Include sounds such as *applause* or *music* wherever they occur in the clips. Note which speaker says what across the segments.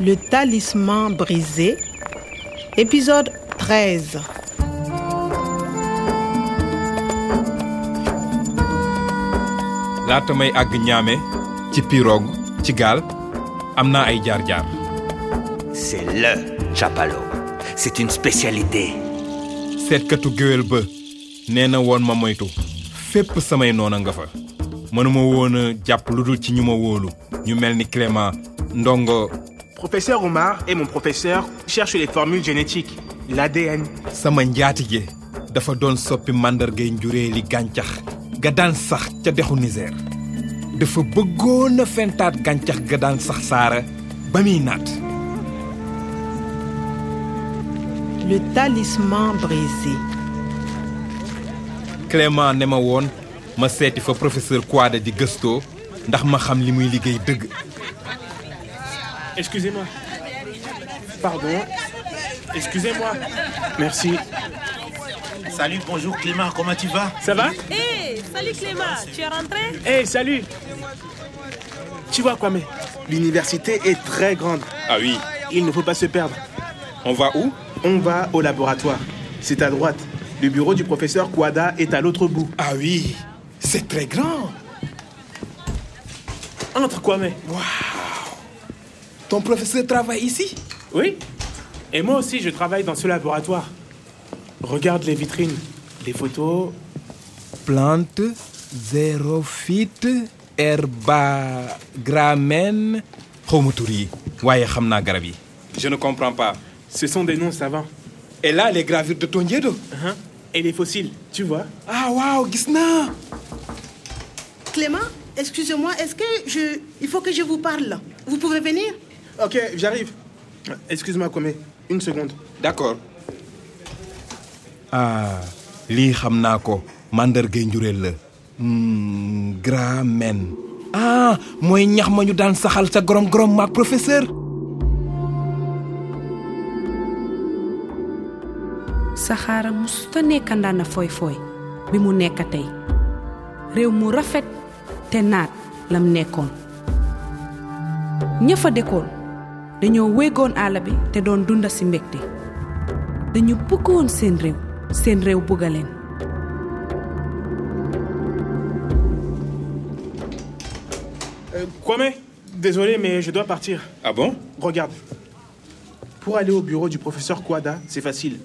Speaker 1: Le talisman brisé, épisode 13.
Speaker 2: laata may àgg ñaame ci pirogue ci gaal am naa ay jaar-jaar
Speaker 3: C'est le chapalo. C'est une spécialité.
Speaker 2: seetkatu géwél ba nee na woon ma moytu fépp samay noona nga fa mënuma woon a jàpp lu dul ci ñu ma wóolu ñu mel ni Clément Ndongo
Speaker 4: Professeur Omar et mon professeur cherchent les formules génétiques, l'ADN.
Speaker 2: sama njaatige dafa doon soppi màndargay njuree li gàncax ga daan sax ca dexu Niger dafa bëggoon a fentaat gàncax ga daan sax saara ba muy naat
Speaker 1: Le talisman brisé.
Speaker 2: Clément ne ma woon ma seeti fa professeur Kouada di gëstoo ndax ma xam li muy liggéey dëgg
Speaker 4: Excusez-moi. Pardon. Excusez-moi. Merci.
Speaker 5: Salut, bonjour Clément, comment tu vas
Speaker 4: Ça va
Speaker 6: Hé, Eh, salut Clément, tu es rentré
Speaker 4: Eh, salut. Tu vois, Kwame, l'université est très grande.
Speaker 2: Ah oui,
Speaker 4: Il ne faut pas se perdre.
Speaker 2: on va où
Speaker 4: On va au laboratoire. C'est à droite. Le bureau du professeur Kouada est à l'autre bout.
Speaker 2: Ah oui, c'est très grand.
Speaker 4: Entre, Kwame.
Speaker 2: Ton professeur travaille ici
Speaker 4: Oui. Et moi aussi, je travaille dans ce laboratoire. Regarde les vitrines, les photos.
Speaker 2: Plante, xérophyte, herba, gramen. xawma tur yi waaye xam naa garab yi. Je ne comprends pas.
Speaker 4: Ce sont des noms savants.
Speaker 2: Et là, les gravures de Tonjedo.
Speaker 4: Hein Et les fossiles, tu vois
Speaker 2: Ah waaw gis naa.
Speaker 7: Clément, excusez-moi, est-ce que je... Il faut que je vous parle. Vous pouvez venir
Speaker 4: Ok, j'arrive. Excuse-moi, Kwame. Une seconde.
Speaker 2: D'accord. Ah, lii xam naa ko màndargay njureel la. Hmm, gramen. Ah, mooy ñax ma ñu daan saxal sa gorom gorom maak professeur.
Speaker 8: saxaara musta nekka ndaana foy foy bi mu nekk tey réew mu rafet te naat lam nekkoon ña fa dëkkoon dañoo wéegoon àll bi te doon dunda si mbégte dañu bëggoon seen réew seen réew bëgga leen
Speaker 4: Euh, Kwame, désolé, mais je dois partir.
Speaker 2: Ah bon
Speaker 4: Regarde. Pour aller au bureau du professeur Kwada, c'est facile.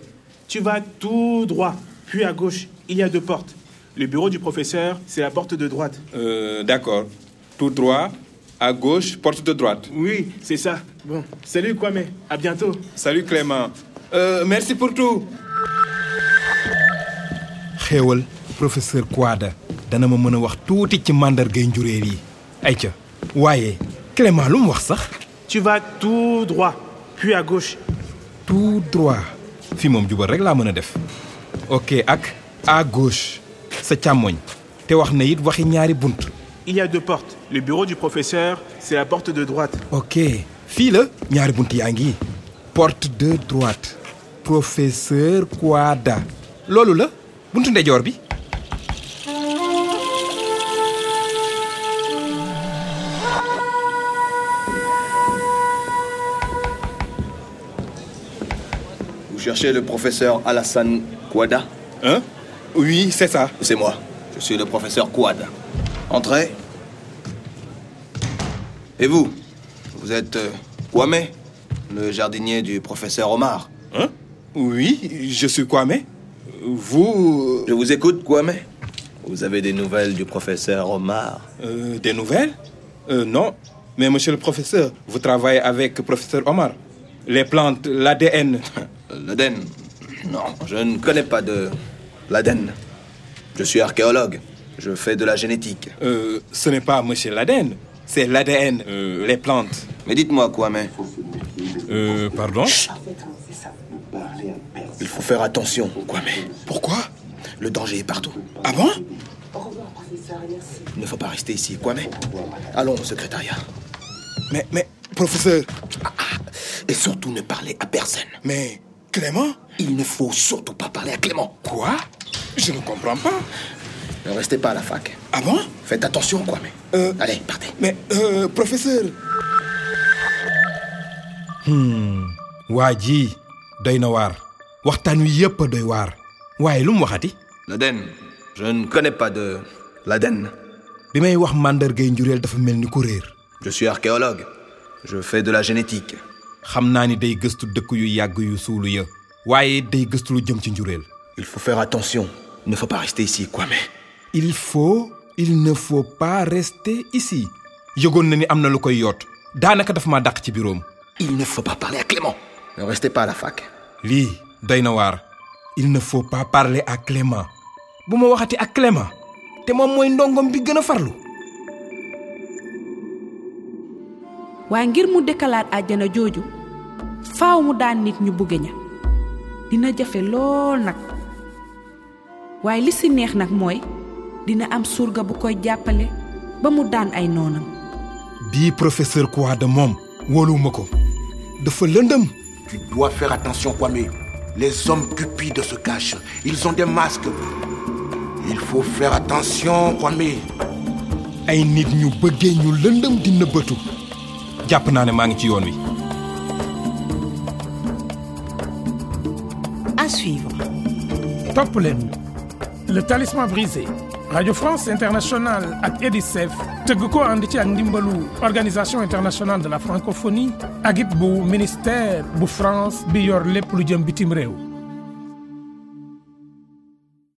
Speaker 4: Tu vas tout droit, puis à gauche. Il y a deux portes. Le bureau du professeur, c'est la porte de droite.
Speaker 2: Euh, d'accord. Tout droit, à gauche, porte de droite.
Speaker 4: Oui, c'est ça. Bon, salut Kwame. À bientôt.
Speaker 2: Salut Clément. Euh, merci pour tout. xéewal professeur Kouada dana ma mën a wax tuuti ci màndargay njureel yi. ayca waaye Clément lu mu wax sax.
Speaker 4: Tu vas tout droit, puis à gauche.
Speaker 2: tout droit. fi moom jubal rek laa mën a def. ok ak à gauche sa càmmoñ te wax na it waxi ñaari bunt.
Speaker 4: Il y a deux portes. Le bureau du professeur, c'est la porte de droite.
Speaker 2: ok fii la ñaari bunt yaa ngi porte de droite professeur Kouada loolu la buntu ndejoor bi
Speaker 9: Vous cherchez le professeur Alassane Kouada
Speaker 2: hein oui c'est ça
Speaker 9: C'est moi. Je suis le professeur Kouada. Entrez. Et vous Vous êtes euh, Kwame, le jardinier du professeur Omar.
Speaker 2: hein oui je suis Kwame vous
Speaker 9: Je vous écoute, Kwame. Vous avez des nouvelles du professeur Omar
Speaker 2: euh, des nouvelles Euh, non mais monsieur le professeur vous travaillez avec professeur Omar les plantes *laughs* l'ADN
Speaker 9: Euh, L'Aden Non, je ne connais pas de l'Aden. Je suis archéologue. Je fais de la génétique.
Speaker 2: Euh, ce n'est pas monsieur l'ADN c'est l'ADN euh, les plantes
Speaker 9: Mais dites-moi, Kwame,
Speaker 2: euh, pardon
Speaker 9: il faut faire attention, Kwame.
Speaker 2: pourquoi
Speaker 9: Le danger est partout.
Speaker 2: ah bon
Speaker 9: Il ne faut pas rester ici, Kwame. Allons au secrétariat.
Speaker 2: mais mais professeur
Speaker 9: Et surtout ne parler à personne.
Speaker 2: mais Clément
Speaker 9: Il ne faut surtout pas parler à Clément.
Speaker 2: quoi je ne comprends pas
Speaker 9: Ne restez pas à la fac.
Speaker 2: ah bon
Speaker 9: Faites attention, Kwame.
Speaker 2: Euh,
Speaker 9: Allez, partez.
Speaker 2: mais euh, professeur waa ji doy na waar waxtaan wi yépp a doy waar waaye lu mu waxati
Speaker 9: L'Aden. Je ne connais pas de l'Aden.
Speaker 2: bi may wax màndargay njureel dafa mel ni ku réer
Speaker 9: Je suis archéologue. Je fais de la génétique.
Speaker 2: xam naa ni day gëstu dëkk yu yàgg yu suulu ya waaye day gëstu lu jëm ci njureel
Speaker 9: Il faut faire attention. Il ne faut pas rester ici, Kwame.
Speaker 2: il faut il ne faut pas rester ici yëgoon na ni am na lu koy yoot daanaka dafa ma dàq ci biroom
Speaker 9: Il ne faut pas parler à Clément. Ne restez pas à la fac.
Speaker 2: lii doy na waar il ne faut pas parler à Clément bu ma waxati ak Clément te moom mooy ndongom bi gën a farlu
Speaker 8: waaye ngir mu dëkkalaat àjjana jooju faaw mu daan nit ñu bugge ña dina jafe lool nag waaye li si neex nag mooy dina am surga bu koy jàppale ba mu daan ay noonam
Speaker 2: bii professeur Kouada moom wóoluwuma ko dafa lëndëm
Speaker 10: Tu dois faire attention, Kwame. Les hommes cupides se cachent. Ils ont des masques. Il faut faire attention, Kwame.
Speaker 2: ay nit ñu bëggee ñu lëndëm di nëbbatu jàpp naa ne maa ngi ci yoon wi
Speaker 1: À suivre.
Speaker 11: Top leen le talisman brisé Radio France Internationale ak EDICEF tëgg ko ànd ci ak ndimbalu organisation internationale de la francophonie ak it bu ministère bu France bi yor lépp lu jëm bitim réew